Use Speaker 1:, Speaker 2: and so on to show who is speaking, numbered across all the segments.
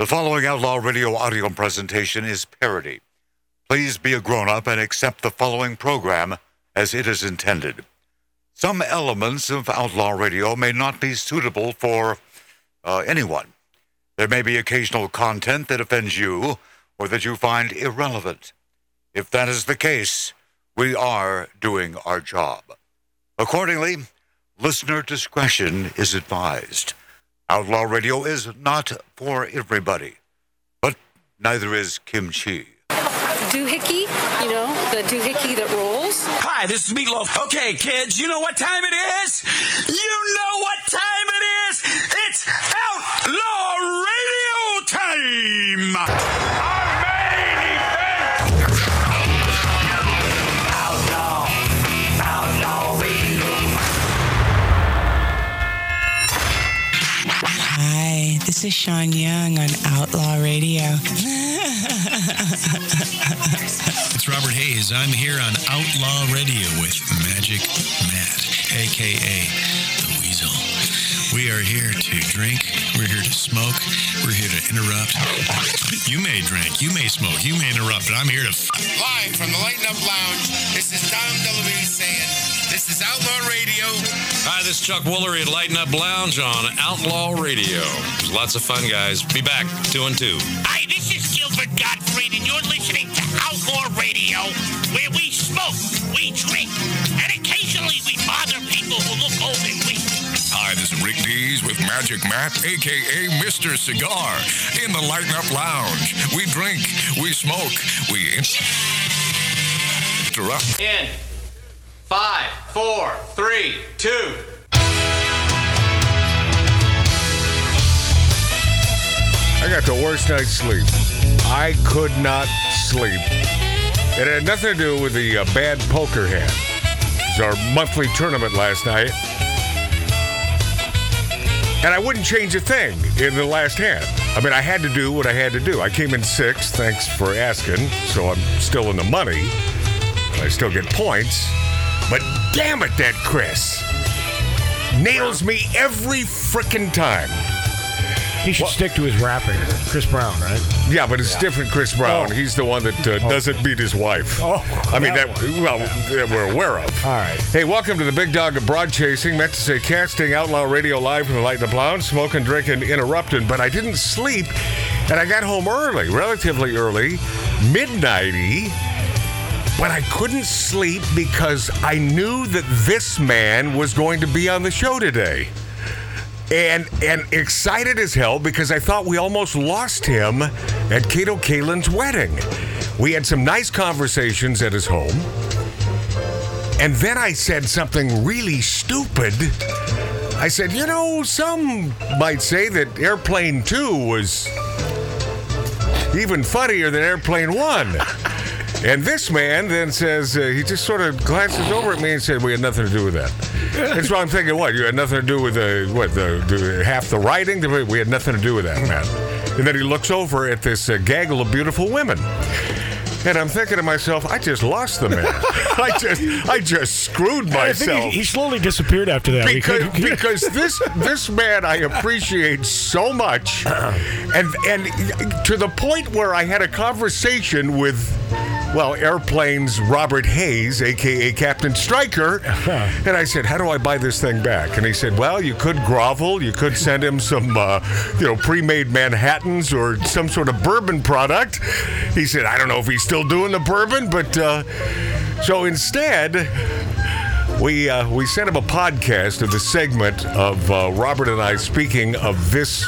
Speaker 1: The following Outlaw Radio audio presentation is parody. Please be a grown up and accept the following program as it is intended. Some elements of Outlaw Radio may not be suitable for uh, anyone. There may be occasional content that offends you or that you find irrelevant. If that is the case, we are doing our job. Accordingly, listener discretion is advised. Outlaw Radio is not for everybody, but neither is kimchi.
Speaker 2: doohickey, you know, the doohickey that rolls.
Speaker 3: Hi, this is Meatloaf. Okay, kids, you know what time it is? You know what time it is? It's Outlaw Radio time! Our main event! Outlaw, Outlaw Radio.
Speaker 4: Hi, this is Sean Young on Outlaw Radio.
Speaker 5: It's Robert Hayes. I'm here on Outlaw Radio with Magic Matt, aka the Weasel. We are here to drink. We're here to smoke. We're here to interrupt. You may drink. You may smoke. You may interrupt. But I'm here to. F-
Speaker 6: Live from the Lighten Up Lounge, this is Tom DeLuise saying, this is Outlaw Radio.
Speaker 7: Hi, this is Chuck Woolery at Lighten Up Lounge on Outlaw Radio. There's lots of fun, guys. Be back, two and two.
Speaker 8: Hi, this is Gilbert Gottfried, and you're listening to Outlaw Radio, where we smoke, we drink, and occasionally we bother people who look old and weak.
Speaker 9: Hi, this is Rick Dees with Magic Matt, aka Mr. Cigar, in the Lighten Up Lounge. We drink, we smoke, we interrupt.
Speaker 10: In five, four, three, two.
Speaker 11: I got the worst night's sleep. I could not sleep. It had nothing to do with the uh, bad poker hand. It was our monthly tournament last night. And I wouldn't change a thing in the last hand. I mean, I had to do what I had to do. I came in sixth, thanks for asking. So I'm still in the money. I still get points. But damn it, that Chris nails me every frickin' time.
Speaker 12: He should stick to his rapping. Chris Brown, right?
Speaker 11: Yeah, but it's different, Chris Brown.
Speaker 12: Oh.
Speaker 11: He's the one that uh, doesn't beat his wife. Oh, I mean that.
Speaker 12: that
Speaker 11: well, that we're aware of. All right. Hey, welcome to the Big Dog of Broad Chasing. Meant to say casting outlaw radio live from the Light in the Lounge, smoking, drinking, interrupting. But I didn't sleep, and I got home early, relatively early, midnighty. But I couldn't sleep because I knew that this man was going to be on the show today. And and excited as hell because I thought we almost lost him at Cato Kalin's wedding. We had some nice conversations at his home. And then I said something really stupid. I said, you know, some might say that Airplane 2 was even funnier than Airplane 1. And this man then says, uh, he just sort of glances over at me and said, we had nothing to do with that. That's why I'm thinking, what, you had nothing to do with the, what, the, the half the writing? We had nothing to do with that, man. And then he looks over at this uh, gaggle of beautiful women. And I'm thinking to myself, I just lost the man. I just, I just screwed
Speaker 12: I think
Speaker 11: myself.
Speaker 12: he, he slowly disappeared after that. We
Speaker 11: Because,
Speaker 12: couldn't-
Speaker 11: because this this man I appreciate so much, and and to the point where I had a conversation with, well, airplanes Robert Hayes, aka Captain Stryker,
Speaker 12: Uh-huh.
Speaker 11: and I said, "How do I buy this thing back?" And he said, "Well, you could grovel, you could send him some, uh, you know, pre-made Manhattans or some sort of bourbon product." He said, "I don't know if he's still doing the bourbon, but." Uh, so instead, we uh, we sent him a podcast of the segment of uh, Robert and I speaking of this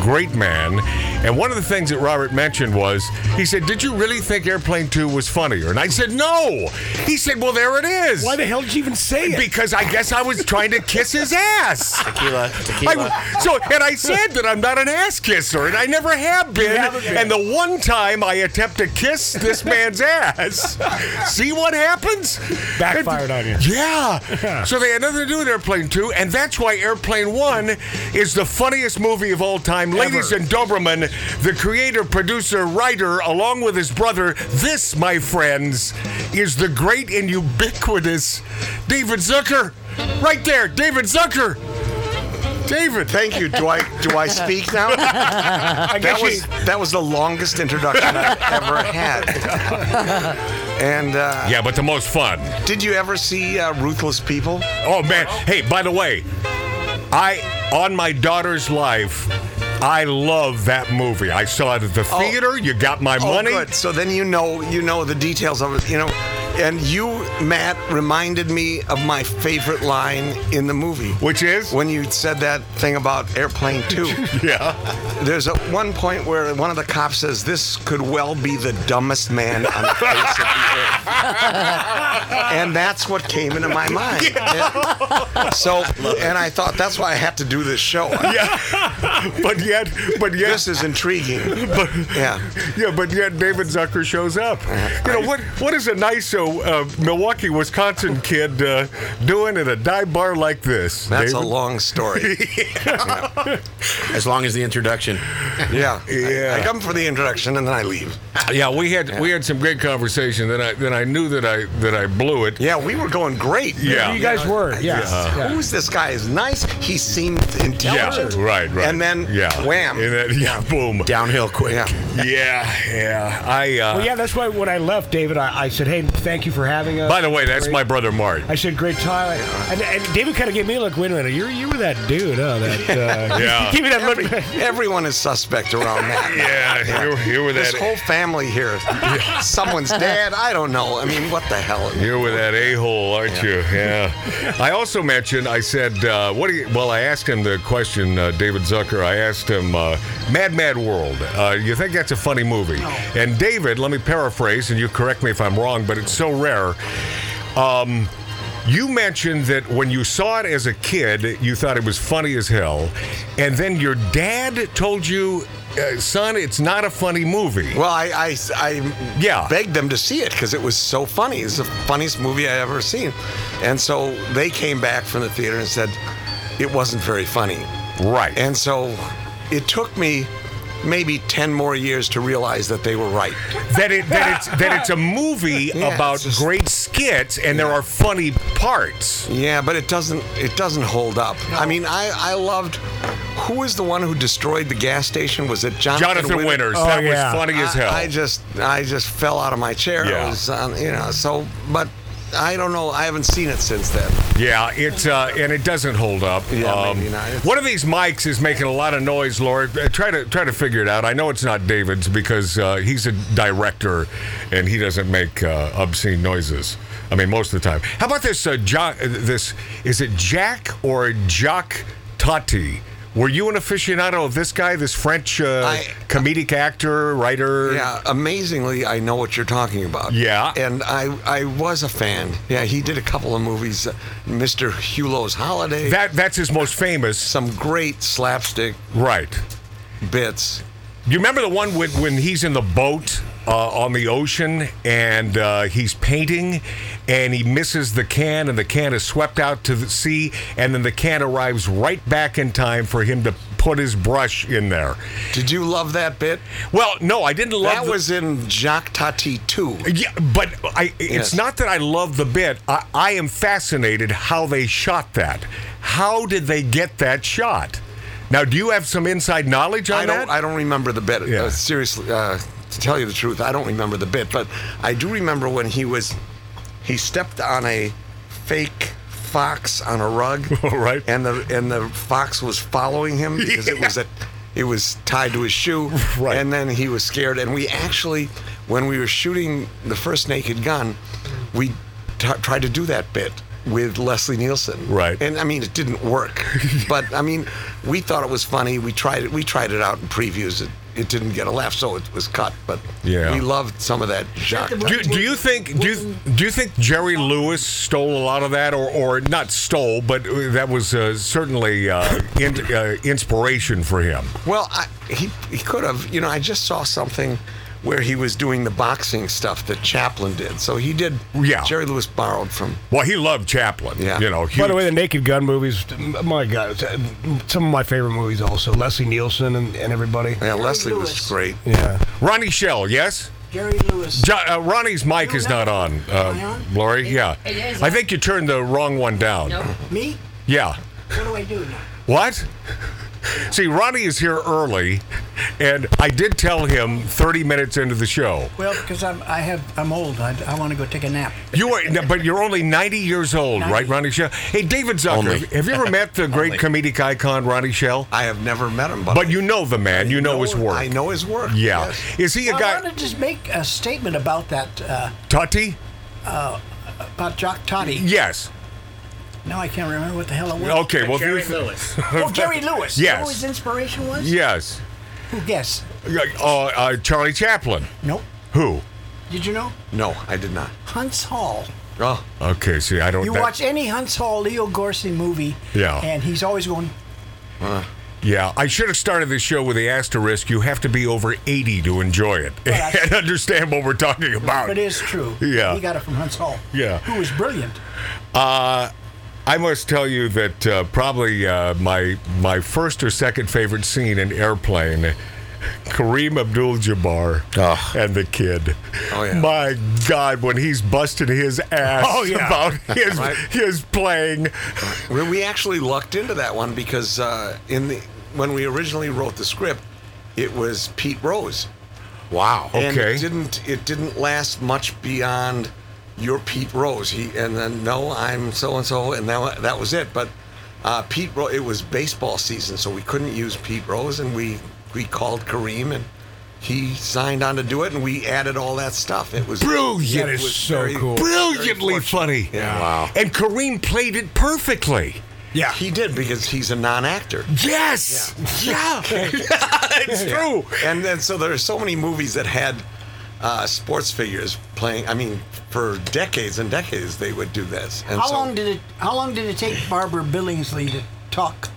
Speaker 11: great man, and one of the things that Robert mentioned was he said, "Did you really think Airplane Two was funnier?" And I said, "No." He said, "Well, there it is." Why the hell did you even say it? Because I guess I was trying to kiss his ass. Tequila,
Speaker 13: tequila.
Speaker 11: so, and I said that I'm not an ass kisser, and I never have been.
Speaker 13: haven't been.
Speaker 11: And the one time I attempt to kiss this man's ass, see what happens? Backfired on you. Yeah. so they had nothing to do with Airplane 2, and that's why Airplane 1 is the funniest movie of all time. Ladies and Doberman, the creator, producer, writer, along with his brother, this, my friends, is the great and ubiquitous David Zucker. Right there, David Zucker. David.
Speaker 8: Thank you. Do I do I speak now?
Speaker 11: I
Speaker 8: that
Speaker 11: guess
Speaker 8: was that was the longest introduction I've ever had. And uh,
Speaker 11: yeah, but the most fun.
Speaker 8: Did you ever see uh, Ruthless People?
Speaker 11: Oh man! Hey, by the way, I on my daughter's life. I love that movie. I saw it at the theater. you got my
Speaker 8: oh,
Speaker 11: money.
Speaker 8: Good. So then you know you know the details of it. You know, and you, Matt, reminded me of my favorite line in the movie,
Speaker 11: which is
Speaker 8: when you said that thing about Airplane Two.
Speaker 11: yeah.
Speaker 8: There's a one point where one of the cops says, "This could well be the dumbest man on the face of the earth," and that's what came into my mind. And so, and I thought that's why I have to do this show.
Speaker 11: Yeah. But yet, but yet,
Speaker 8: this is intriguing.
Speaker 11: But
Speaker 8: yeah, Uh-huh.
Speaker 11: yeah, but yet David Zucker shows up. You know what? What is a nice uh, uh, Milwaukee, Wisconsin kid uh, doing at a dive bar like this?
Speaker 8: That's a
Speaker 11: David?
Speaker 8: long story.
Speaker 14: As long as the introduction.
Speaker 8: Yeah,
Speaker 11: Yeah.
Speaker 8: I, I come for the introduction and then I leave.
Speaker 11: Yeah, we had we had some great conversation. Then I then I knew that I that I blew it.
Speaker 8: Yeah, we were going great.
Speaker 11: Yeah,
Speaker 8: You know, Who's this guy? Is nice. He seemed intelligent.
Speaker 11: Yeah, right, right.
Speaker 8: And then
Speaker 11: yeah,
Speaker 8: wham.
Speaker 11: And then, yeah, boom,
Speaker 14: downhill quick.
Speaker 11: Yeah, yeah. I. Uh,
Speaker 5: well, yeah, that's why when I left, David, I, I said, "Hey, thank you for having us."
Speaker 11: By the way, that's
Speaker 5: Great-
Speaker 11: my brother Mark.
Speaker 5: I said, "Great time," and, and David kind of gave me a look. Wait a minute, you you were that dude, huh? That uh, He gave me that look.
Speaker 8: Every- everyone is suspect around that.
Speaker 11: Yeah, here- here with
Speaker 8: this
Speaker 11: that-
Speaker 8: whole family here. Someone's dad. I don't know. I mean, what the hell?
Speaker 11: You're with that a hole, aren't you? Yeah. I also mentioned, I said, uh, what do you, well, I asked him the question, uh, David Zucker. I asked him, uh, Mad Mad World, uh, you think that's a funny movie? And David, let me paraphrase, and you correct me if I'm wrong, but it's so rare. Um, you mentioned that when you saw it as a kid, you thought it was funny as hell, and then your dad told you, uh, son, it's not a funny movie.
Speaker 8: Well, I, I, I
Speaker 11: yeah.
Speaker 8: begged them to see it because it was so funny. It's the funniest movie I ever seen. And so they came back from the theater and said it wasn't very funny.
Speaker 11: Right.
Speaker 8: And so it took me maybe 10 more years to realize that they were right.
Speaker 11: that it that it's that it's a movie
Speaker 8: Yeah,
Speaker 11: about
Speaker 8: it's just-
Speaker 11: great skits and there are funny parts.
Speaker 8: Yeah, but it doesn't it doesn't hold up. I mean, I I loved who was the one who destroyed the gas station? Was it Jonathan,
Speaker 11: Jonathan
Speaker 8: Win-
Speaker 11: Winters. Oh, That was yeah. funny as
Speaker 8: I-
Speaker 11: hell.
Speaker 8: I, just I just fell out of my chair.
Speaker 11: Yeah.
Speaker 8: It was, um, you know, so but I don't know. I haven't seen it since then.
Speaker 11: Yeah, it uh, and it doesn't hold up. Yeah,
Speaker 8: maybe not. It's-
Speaker 11: One of these mics is making a lot of noise, Laura. Uh, Try to try to figure it out. I know it's not David's because uh, he's a director and he doesn't make uh, obscene noises. I mean, most of the time. How about this? Uh, jo- uh, this is it Jack or Jock Totti? Were you an aficionado of this guy, this French uh, comedic actor, writer?
Speaker 8: Yeah, amazingly, I know what you're talking about.
Speaker 11: Yeah.
Speaker 8: and I I was a fan. Yeah, he did a couple of movies, uh, Mr. Hulot's Holiday.
Speaker 11: That that's his most famous.
Speaker 8: Some great slapstick
Speaker 11: Right.
Speaker 8: bits.
Speaker 11: You remember the one when, when he's in the boat uh, on the ocean and uh, he's painting and he misses the can and the can is swept out to the sea and then the can arrives right back in time for him to put his brush in there.
Speaker 8: Did you love that bit?
Speaker 11: Well, no, I didn't love
Speaker 8: That
Speaker 11: the-
Speaker 8: was in Jacques Tati too.
Speaker 11: Yeah, but I, it's
Speaker 8: Yes.
Speaker 11: not that I love the bit. I, I am fascinated how they shot that. How did they get that shot? Now, do you have some inside knowledge on
Speaker 8: I don't.
Speaker 11: that?
Speaker 8: I don't remember the bit.
Speaker 11: Yeah.
Speaker 8: Uh, seriously, uh, to tell you the truth, I don't remember the bit. But I do remember when he was, he stepped on a fake fox on a rug.
Speaker 11: right.
Speaker 8: And the and the fox was following him because it was a, it was tied to his shoe. Right. And then he was scared. And we actually, when we were shooting the first Naked Gun, we t- tried to do that bit. With Leslie Nielsen,
Speaker 11: Right.
Speaker 8: and I mean it didn't work, but I mean we thought it was funny. We tried it. We tried it out in previews. It it didn't get a laugh, so it was cut. But
Speaker 11: Yeah.
Speaker 8: we loved some of that. Jacques.
Speaker 11: Do, do you think do you, do you think Jerry Lewis stole a lot of that, or or not stole, but uh, that was uh, certainly uh, in, uh, inspiration for him?
Speaker 8: Well, I, he he could have. You know, I just saw something where he was doing the boxing stuff that Chaplin did. So he did.
Speaker 11: Yeah.
Speaker 8: Jerry Lewis borrowed from.
Speaker 11: Well, he loved Chaplin.
Speaker 8: Yeah.
Speaker 11: you know.
Speaker 5: By
Speaker 11: huge-
Speaker 5: the way, the Naked Gun movies, my God, uh, some of my favorite movies also. Leslie Nielsen and, and everybody.
Speaker 8: Yeah, Leslie was great.
Speaker 5: Yeah.
Speaker 11: Ronnie Shell, yes.
Speaker 3: Jerry Lewis.
Speaker 11: Jo- uh, Ronnie's mic is not on, uh, Lori. Yeah,
Speaker 3: It is
Speaker 11: I think you turned the wrong one down.
Speaker 3: Me?
Speaker 11: Yeah.
Speaker 3: What do I do now?
Speaker 11: What? See, Ronnie is here early, and I did tell him 30 minutes into the show.
Speaker 3: Well, because I'm I have I'm old. I, I want to go take a nap.
Speaker 11: You are, no, but you're only 90 years old, right, Ronnie Shell? Hey, David Zucker,
Speaker 8: Only.
Speaker 11: have you ever met the great
Speaker 8: Only.
Speaker 11: comedic icon Ronnie Shell?
Speaker 8: I have never met him, but,
Speaker 11: But you know the man. You know, his work.
Speaker 8: I know his work.
Speaker 11: Yeah.
Speaker 8: yes.
Speaker 11: Is he a
Speaker 3: Well, I
Speaker 11: guy?
Speaker 3: want to just make a statement about that uh,
Speaker 11: Tutty?
Speaker 3: uh, about Jock Toddy.
Speaker 11: Yes.
Speaker 3: Now I can't remember what the hell it was.
Speaker 11: Okay. Well, if you-
Speaker 3: oh, Jerry Lewis. You know who his
Speaker 11: yes.
Speaker 3: inspiration was?
Speaker 11: Yes.
Speaker 3: Who guess?
Speaker 11: Uh, uh, Charlie Chaplin.
Speaker 3: Nope.
Speaker 11: Who?
Speaker 3: Did you know?
Speaker 11: No, I did not.
Speaker 3: Hunts Hall.
Speaker 11: Oh. Okay. See, I don't.
Speaker 3: You
Speaker 11: that-
Speaker 3: watch any Hunts Hall Leo Gorsey movie,
Speaker 11: Yeah.
Speaker 3: and he's always going,
Speaker 11: Uh, yeah, I should have started this show with the asterisk. You have to be over 80 to enjoy it and understand what we're talking about.
Speaker 3: but it is true.
Speaker 11: Yeah.
Speaker 3: He got it from Hunts Hall.
Speaker 11: Yeah.
Speaker 3: Who was brilliant.
Speaker 11: Uh, I must tell you that uh, probably uh, my my first or second favorite scene in Airplane, Kareem Abdul-Jabbar and the kid. Oh yeah! My God, when he's busting his ass
Speaker 8: Oh, yeah.
Speaker 11: about his
Speaker 8: Right.
Speaker 11: his playing.
Speaker 8: We we actually lucked into that one because uh, in the when we originally wrote the script, it was Pete Rose.
Speaker 11: Wow.
Speaker 8: And
Speaker 11: Okay.
Speaker 8: it didn't it didn't last much beyond your Pete Rose. He and then no, I'm so and so, and that that was it. But uh, Pete Rose, it was baseball season, so we couldn't use Pete Rose, and we we called Kareem and. He signed on to do it, and we added all that stuff. It was
Speaker 11: Brilliant!
Speaker 8: it was very-
Speaker 11: Brilliantly funny.
Speaker 8: Yeah.
Speaker 11: Wow. And Kareem played it perfectly.
Speaker 8: Yeah, he did because he's a non-actor.
Speaker 11: Yes. Yeah. it's true.
Speaker 8: And then so there are so many movies that had uh, sports figures playing. I mean, for decades and decades they would do this. And
Speaker 3: how
Speaker 8: so,
Speaker 3: long did it? How long did it take Barbara Billingsley to talk?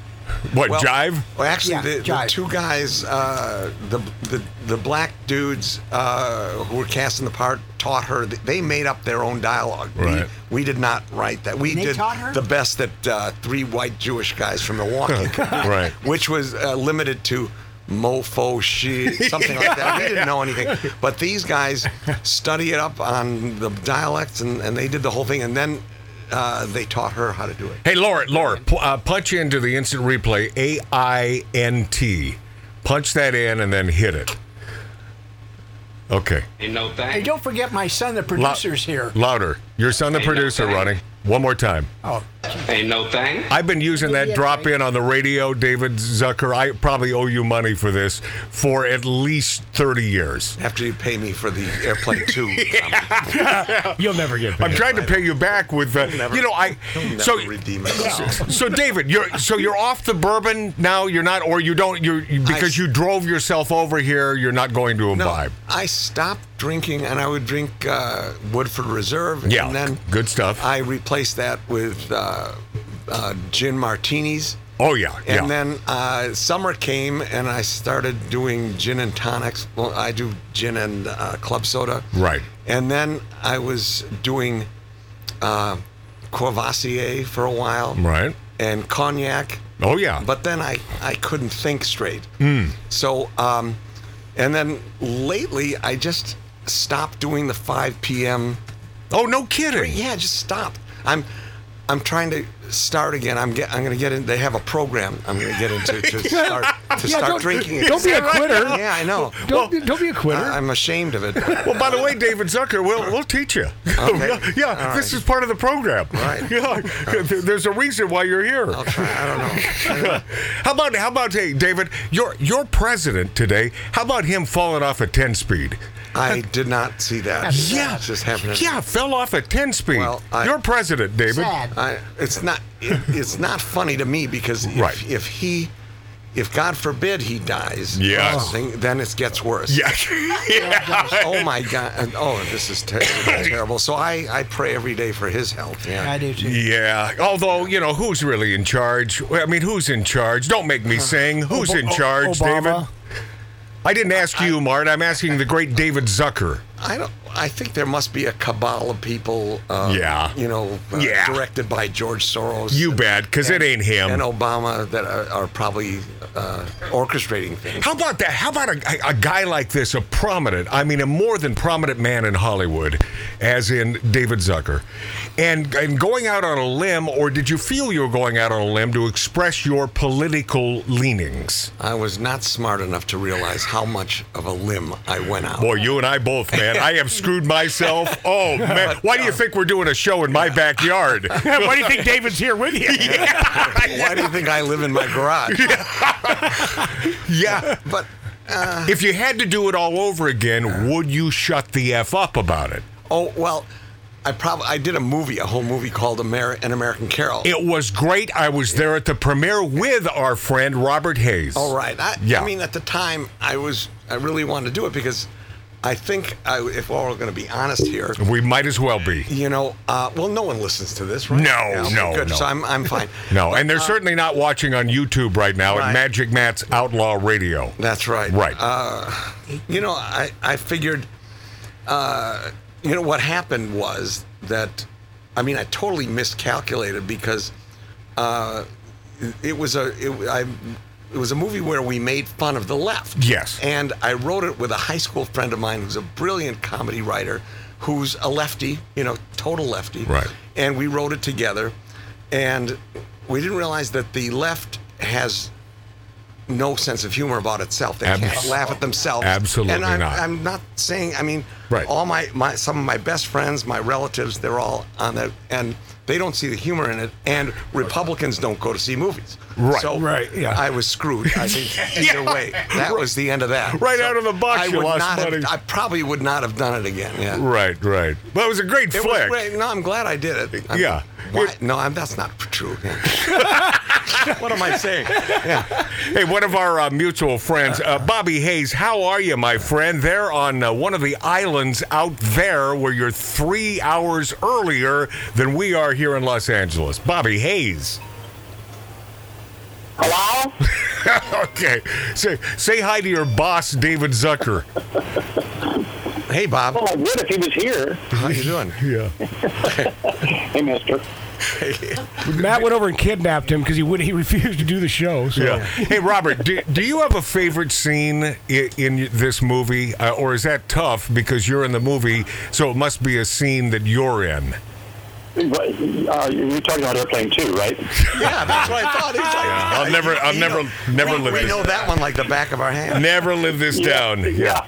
Speaker 11: What
Speaker 8: well,
Speaker 11: jive?
Speaker 8: Well, actually,
Speaker 3: Yeah,
Speaker 8: the, the
Speaker 3: jive.
Speaker 8: two guys, uh, the, the the black dudes uh, who were casting the part, taught her. That they made up their own dialogue.
Speaker 11: Right.
Speaker 8: We, we did not write that. We
Speaker 3: They
Speaker 8: did
Speaker 3: taught her?
Speaker 8: the best that uh, three white Jewish guys from Milwaukee, could do,
Speaker 11: Right.
Speaker 8: Which was uh, limited to mofo shit, something like that. We didn't know anything, but these guys study it up on the dialects, and, and they did the whole thing, and then uh, they taught her how to do it.
Speaker 11: Hey, Laura, Laura, p- uh, punch into the instant replay A I N T. Punch that in and then hit it. Okay.
Speaker 15: Ain't no
Speaker 3: Hey,
Speaker 15: thing.
Speaker 3: don't forget my son, the
Speaker 11: Lou-
Speaker 3: producer's here.
Speaker 11: Louder. Your son, the
Speaker 15: Ain't no
Speaker 11: producer,
Speaker 15: thing.
Speaker 11: Ronnie. One more time.
Speaker 3: Oh,
Speaker 15: Ain't no thing.
Speaker 11: I've been using that
Speaker 15: Yeah,
Speaker 11: drop in on the radio, David Zucker. I probably owe you money for this for at least 30 years.
Speaker 8: After you pay me for the airplane too.
Speaker 5: You'll never get.
Speaker 11: I'm trying to pay you back with, uh,
Speaker 8: You'll never-
Speaker 11: you know, I.
Speaker 8: you'll
Speaker 11: So,
Speaker 8: never redeem yourself.
Speaker 11: so David, you're so you're off the bourbon now. You're not, or you don't. You're you- because you drove yourself over here. You're not going to imbibe.
Speaker 8: I stopped drinking, and I would drink uh, Woodford Reserve.
Speaker 11: Yeah,
Speaker 8: and then
Speaker 11: good stuff.
Speaker 8: I replaced that with uh, uh, gin martinis.
Speaker 11: Oh yeah, yeah.
Speaker 8: And then uh, summer came, and I started doing gin and tonics. Well, I do gin and uh, club soda.
Speaker 11: Right.
Speaker 8: And then I was doing uh, Courvoisier for a while.
Speaker 11: Right.
Speaker 8: And cognac.
Speaker 11: Oh, yeah.
Speaker 8: But then I, I couldn't think straight.
Speaker 5: Hmm.
Speaker 11: Mm.
Speaker 8: So, um, and then lately I just stopped doing the 5 p.m.
Speaker 11: Oh, no kidding.
Speaker 8: Yeah, just stopped. I'm I'm trying to start again. I'm get, I'm going to get in. They have a program I'm going to get into to start to
Speaker 5: Yeah,
Speaker 8: start
Speaker 5: don't-
Speaker 8: drinking.
Speaker 5: don't be a quitter.
Speaker 8: Yeah, I know.
Speaker 5: Don't- don't be a quitter.
Speaker 8: I- I'm ashamed of it.
Speaker 11: Well, by the way, David Zucker, we'll we'll teach you.
Speaker 8: Okay.
Speaker 11: yeah,
Speaker 8: All right.
Speaker 11: this is part of the program.
Speaker 8: Right.
Speaker 11: Yeah, there- there's a reason why you're here. I'll
Speaker 8: try. I don't know.
Speaker 11: how about how about hey, David, your your president today? How about him falling off a ten speed?
Speaker 8: I did not see that.
Speaker 11: Yeah.
Speaker 8: It's just happening.
Speaker 11: Yeah, fell off a ten speed.
Speaker 8: Well, I-
Speaker 11: Your president, David.
Speaker 8: I, it's not. It, it's not funny to me because if,
Speaker 11: Right.
Speaker 8: if he, if God forbid he dies,
Speaker 11: Yes.
Speaker 8: or something, then it gets worse.
Speaker 11: Yeah.
Speaker 8: oh my God. And, Oh, this is ter- terrible. So I, I pray every day for his health. Yeah.
Speaker 3: I do too.
Speaker 11: Yeah, although you know who's really in charge. I mean, who's in charge? Don't make
Speaker 8: Uh-huh.
Speaker 11: me sing. Who's
Speaker 5: Ob-
Speaker 11: in charge,
Speaker 5: Obama.
Speaker 11: David? I didn't ask you, Mart. I'm asking the great David Zucker.
Speaker 8: I don't. I think there must be a cabal of people. Uh,
Speaker 11: Yeah.
Speaker 8: You know. Uh,
Speaker 11: Yeah.
Speaker 8: Directed by George Soros.
Speaker 11: You bet, 'cause it
Speaker 8: and-
Speaker 11: ain't him.
Speaker 8: And Obama that are, are probably uh, orchestrating things.
Speaker 11: How about that? How about a, a guy like this, a prominent, I mean, a more than prominent man in Hollywood, as in David Zucker, and, and going out on a limb, or did you feel you were going out on a limb to express your political leanings?
Speaker 8: I was not smart enough to realize how much of a limb I went out.
Speaker 11: Boy, you and I both, man. I have screwed myself. Oh, man. Why do you think we're doing a show in my backyard?
Speaker 5: Why do you think David's here with you?
Speaker 8: Why do you think I live in my garage?
Speaker 11: Yeah.
Speaker 8: But
Speaker 11: if you had to do it all over again, would you shut the F up about it?
Speaker 8: Oh well, I probably I did a movie, a whole movie called Amer- An American Carol.
Speaker 11: It was great. I was there at the premiere with our friend Robert Hayes.
Speaker 8: All right. I,
Speaker 11: yeah.
Speaker 8: I mean, at the time, I was I really wanted to do it because I think I, if we're going to be honest here,
Speaker 11: we might as well be.
Speaker 8: You know, uh, well, no one listens to this, right?
Speaker 11: No,
Speaker 8: Yeah, okay,
Speaker 11: no,
Speaker 8: good.
Speaker 11: no.
Speaker 8: So I'm I'm fine.
Speaker 11: No, and they're
Speaker 8: uh,
Speaker 11: certainly not watching on YouTube right now at
Speaker 8: Right.
Speaker 11: Magic Matt's Outlaw Radio.
Speaker 8: That's right.
Speaker 11: Right.
Speaker 8: Uh, you know, I I figured, uh, you know, what happened was that, I mean, I totally miscalculated because, uh, it was a it, I. It was a movie where we made fun of the left.
Speaker 11: Yes.
Speaker 8: And I wrote it with a high school friend of mine who's a brilliant comedy writer who's a lefty, you know, total lefty.
Speaker 11: Right.
Speaker 8: And we wrote it together. And we didn't realize that the left has no sense of humor about itself. They can't
Speaker 11: Abs-
Speaker 8: laugh at themselves.
Speaker 11: Absolutely
Speaker 8: and I'm,
Speaker 11: not.
Speaker 8: I'm not saying. I mean,
Speaker 11: Right.
Speaker 8: all my, my some of my best friends, my relatives, they're all on that, and they don't see the humor in it. And Republicans don't go to see movies.
Speaker 11: Right.
Speaker 8: So
Speaker 11: Right, yeah.
Speaker 8: I was screwed. I think either
Speaker 11: Yeah.
Speaker 8: way, that was the end of that.
Speaker 11: Right out of the box,
Speaker 8: I
Speaker 11: you
Speaker 8: would
Speaker 11: lost
Speaker 8: not have-
Speaker 11: money.
Speaker 8: I probably would not have done it again. Yeah.
Speaker 11: Right, right. Well, it was a great
Speaker 8: It was
Speaker 11: flick.
Speaker 8: great. No, I'm glad I did it. I'm-
Speaker 11: Yeah.
Speaker 8: Why? No, I'm, that's not true. what am I saying?
Speaker 11: Hey, one of our uh, mutual friends, uh, Bobby Hayes, how are you, my friend? They're on uh, one of the islands out there where you're three hours earlier than we are here in Los Angeles. Bobby Hayes. Hello? okay. Say, say hi to your boss, David Zucker.
Speaker 8: Hey, Bob.
Speaker 10: Well, I would if he was here.
Speaker 8: How you doing?
Speaker 11: Yeah.
Speaker 10: Hey, mister.
Speaker 5: Matt went over and kidnapped him because he would he refused to do the show. So.
Speaker 11: Yeah. Hey, Robert, do, do you have a favorite scene in, in this movie, uh, or is that tough because you're in the movie, so it must be a scene that you're in?
Speaker 10: But, uh, you're talking about airplane too, right?
Speaker 8: Yeah, that's what I thought. He's like,
Speaker 11: I'll never- I'll
Speaker 8: you
Speaker 11: never- never
Speaker 8: we,
Speaker 11: live
Speaker 8: We
Speaker 11: this
Speaker 8: know
Speaker 11: down.
Speaker 8: that one like the back of our hand.
Speaker 11: Never live this down. Yeah.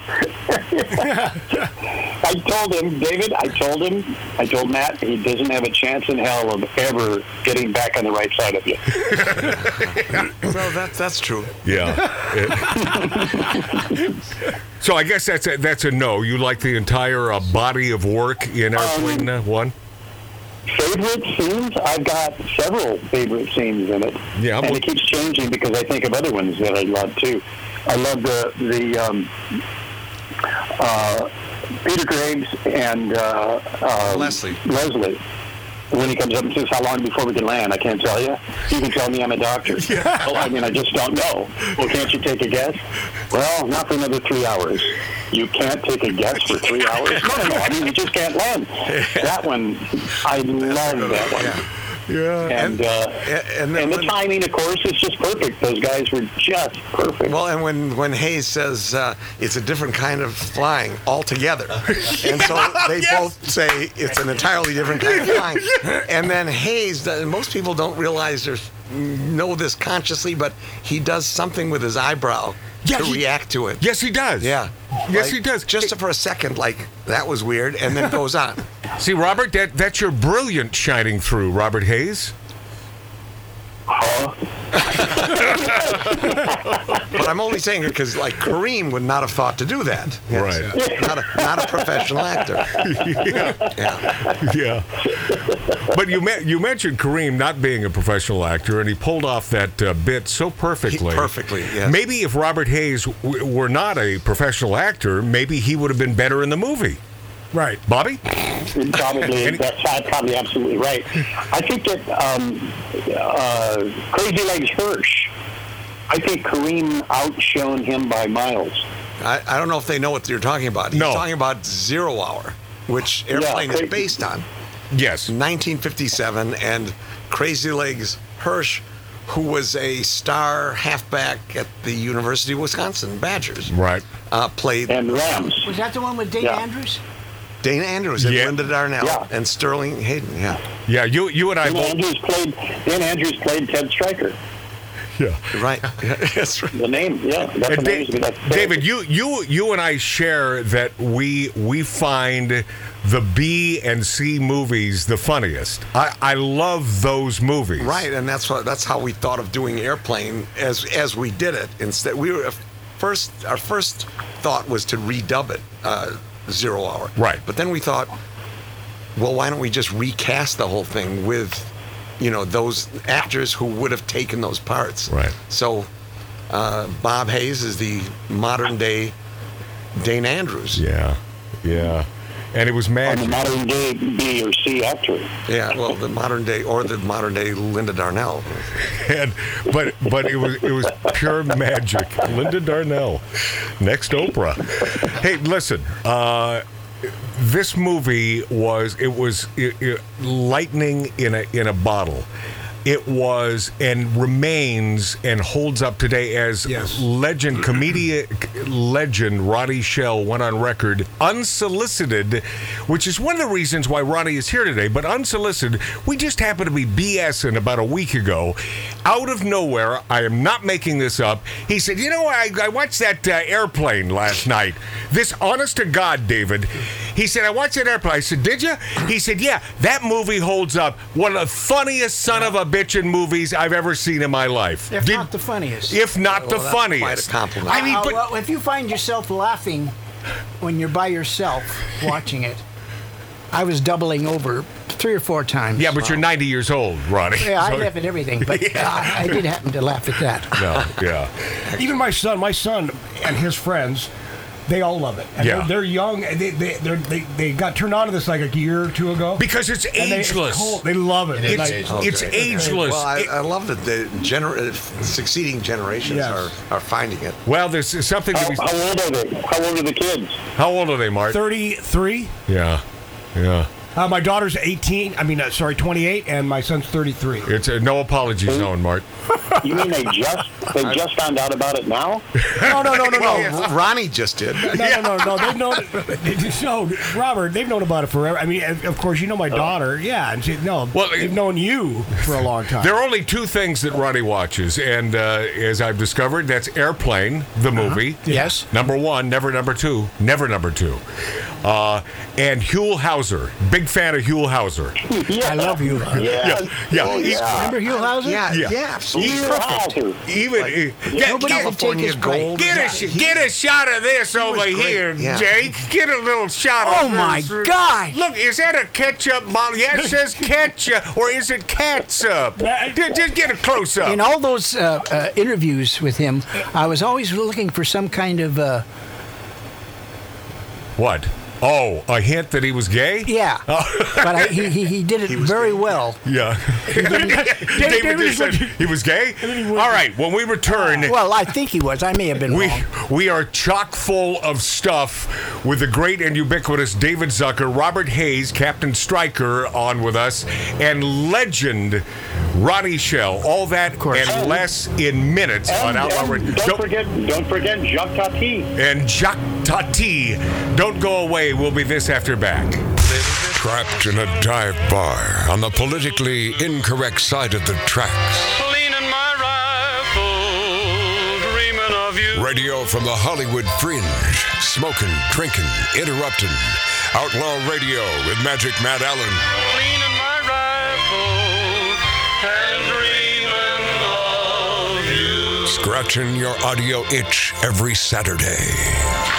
Speaker 10: I told him, David. I told him. I told Matt he doesn't have a chance in hell of ever getting back on the right side of you.
Speaker 8: So that's that's true.
Speaker 11: Yeah. It- so I guess that's a, that's a no. You like the entire uh, body of work in Airplane uh, One?
Speaker 10: favorite scenes? I've got several favorite scenes in it.
Speaker 11: Yeah, I'm
Speaker 10: and
Speaker 11: look-
Speaker 10: it keeps changing because I think of other ones that I love too. I love the the um, uh, Peter Graves and uh, uh, Leslie. Leslie. When he comes up and says, "How long before we can land?" I can't tell you. You can tell me I'm a doctor. Well, I mean, I just don't know. Well, can't you take a guess? Well, not for another three hours. You can't take a guess for three hours. No, no, no. I mean, you just can't land. That one, I love that one.
Speaker 11: Yeah.
Speaker 10: And, uh,
Speaker 8: and,
Speaker 10: the timing, of course, is just perfect. Those guys were just perfect.
Speaker 8: Well, and when when Hayes says uh, it's a different kind of flying altogether, and so they both say it's an entirely different kind of flying. And then Hayes, uh, most people don't realize or know this consciously, but he does something with his eyebrow to react to it.
Speaker 11: Yes, he does.
Speaker 8: Yeah.
Speaker 11: Yes,
Speaker 8: Like,
Speaker 11: he does.
Speaker 8: Just for a second, like that was weird, and then goes on.
Speaker 11: See, Robert, that that's your brilliant shining through, Robert Hayes.
Speaker 8: But I'm only saying it because, like, Kareem would not have thought to do that.
Speaker 11: Right.
Speaker 8: Not a, not a professional actor.
Speaker 11: yeah. yeah. But you me- you mentioned Kareem not being a professional actor, and he pulled off that uh, bit so perfectly.
Speaker 8: He- perfectly, yes.
Speaker 11: Maybe if Robert Hayes w- were not a professional actor, maybe he would have been better in the movie. Right, Bobby.
Speaker 10: Probably, that's uh, probably absolutely right. I think that um, uh, Crazy Legs Hirsch, I think Kareem outshone him by miles.
Speaker 8: I, I don't know if they know what you're talking about. He's
Speaker 11: No.
Speaker 8: talking about Zero Hour, which
Speaker 11: Yeah,
Speaker 8: airplane is
Speaker 11: thank you.
Speaker 8: based on.
Speaker 11: Yes.
Speaker 8: 1957, and Crazy Legs Hirsch, who was a star halfback at the University of Wisconsin Badgers,
Speaker 11: Right.
Speaker 8: uh, played
Speaker 10: and
Speaker 3: Was that the one with Dave
Speaker 8: Yeah.
Speaker 3: Andrews?
Speaker 8: Dana Andrews and
Speaker 11: Yeah.
Speaker 8: Linda Darnell
Speaker 11: Yeah.
Speaker 8: and Sterling Hayden. Yeah.
Speaker 11: Yeah, you you and I
Speaker 10: Dan Andrews played. Dan Andrews played Ted Stryker.
Speaker 11: Yeah.
Speaker 8: Right. That's right.
Speaker 10: The name. Yeah. That's
Speaker 11: And Da-
Speaker 10: amazing. That's
Speaker 11: David, you you you and I share that we we find the B and C movies the funniest. I, I love those movies.
Speaker 8: Right, and that's what that's how we thought of doing airplane as as we did it. Instead, we were first our first thought was to redub it uh, zero hour. Right, but then we thought, well, why don't we just recast the whole thing with, you know, those actors who would have taken those parts. Right. So, uh, Bob Hayes is the modern day Dane Andrews.
Speaker 11: Yeah, yeah, and it was magic.
Speaker 8: the modern
Speaker 10: day B or C actor.
Speaker 8: Yeah, well, the modern day or the modern day Linda Darnell.
Speaker 11: And but but it was it was pure magic. Linda Darnell, next Oprah. Hey, listen. Uh, this movie was it was it, it- lightning in a in a bottle. It was and remains and holds up today as legend comedian legend Roddy Shell went on record unsolicited, which is one of the reasons why Roddy is here today. But unsolicited, we just happened to be BSing about a week ago, out of nowhere. I am not making this up. He said, "You know, I, I watched that uh, airplane last night. This, honest to God, David." He said, "I watched that airplane." I said, "Did you?" He said, "Yeah, that movie holds up. One of the funniest son of a bitchin' movies I've ever seen in my life.
Speaker 3: If not the funniest.
Speaker 11: If not
Speaker 8: Well,
Speaker 11: the
Speaker 8: that's quite a
Speaker 11: funniest."
Speaker 8: compliment.
Speaker 11: I mean,
Speaker 3: Uh,
Speaker 11: but
Speaker 3: well, if you find yourself laughing when you're by yourself watching it, I was doubling over three or four times.
Speaker 11: yeah, but you're 90 years old, Ronnie.
Speaker 3: Yeah, I
Speaker 11: So-
Speaker 3: laugh at everything, but I, I did happen to laugh at that.
Speaker 11: No, yeah.
Speaker 5: Even my son, my son and his friends, they all love it. And
Speaker 11: Yeah.
Speaker 5: they're, they're young. And they they they're, they they got turned on to this like a year or two ago
Speaker 11: Because it's
Speaker 5: And they- it's
Speaker 11: ageless.
Speaker 5: cool. They, love it. They like-
Speaker 8: Well, I, I love that the gener- uh, succeeding generations
Speaker 5: Yes.
Speaker 8: are, are finding it.
Speaker 11: Well, there's there's something to be.
Speaker 10: How old are they? How old are the kids?
Speaker 11: How old are they, Mark?
Speaker 5: Thirty-three.
Speaker 11: Yeah, yeah.
Speaker 5: Uh, my daughter's eighteen. I mean, uh, sorry, twenty-eight, and my son's thirty-three.
Speaker 11: It's a no apology zone, Mark.
Speaker 10: You mean they just they just found out about it now?
Speaker 5: No, no, no, no, no.
Speaker 8: Ronnie just did.
Speaker 5: No, no, no, no. They've known. They just know, Robert. They've known about it forever. I mean, of of course, you know my daughter. Yeah, and she, no. Well, they've known you for a long time.
Speaker 11: There are only two things that Roddy watches, and uh, as I've discovered, that's Airplane, the movie.
Speaker 5: Yes.
Speaker 11: Number one, never number two, never number two. Uh, and Huell Hauser, big fan of Huell Hauser.
Speaker 5: I love you.
Speaker 11: Yeah,
Speaker 3: Oh,
Speaker 11: yeah.
Speaker 3: Remember Hugh Hauser?
Speaker 11: He's perfect. Even yeah,
Speaker 3: Nobody
Speaker 11: get,
Speaker 3: can take his place.
Speaker 11: Get a sh- get a shot of this over here,
Speaker 3: yeah.
Speaker 11: Jake. Get a little shot.
Speaker 3: Oh,
Speaker 11: of
Speaker 3: my
Speaker 11: this.
Speaker 3: God.
Speaker 11: Look, is that a ketchup bottle? Yeah, it says ketchup, or is it catsup? Ju- Just get a close up.
Speaker 3: In all those uh, uh, interviews with him, I was always looking for some kind of uh,
Speaker 11: What? Oh, a hint that he was gay?
Speaker 3: yeah, but I, he, he he did it very well.
Speaker 11: Yeah. David,
Speaker 3: David
Speaker 11: just said
Speaker 3: is
Speaker 11: he was gay. All right. When we return,
Speaker 3: Well, I think he was. I may have been
Speaker 11: we
Speaker 3: wrong.
Speaker 11: we are chock full of stuff with the great and ubiquitous David Zucker, Robert Hayes, Captain Stryker on with us, and legend Ronnie Shell. All that and less in minutes on
Speaker 10: Oh. And,
Speaker 11: Outlaw
Speaker 10: and
Speaker 11: Radio.
Speaker 10: don't forget, don't forget Jacques Tati.
Speaker 11: And Jacques Tati. Don't go away. We'll be this after back.
Speaker 16: Trapped in a dive bar on the politically incorrect side of the tracks.
Speaker 17: Leaning my rifle, dreaming of you.
Speaker 16: Radio from the Hollywood fringe. Smoking, drinking, interrupting. Outlaw Radio with Magic Matt Allen.
Speaker 17: Leaning my rifle, and dreaming of you.
Speaker 16: Scratching your audio itch every Saturday.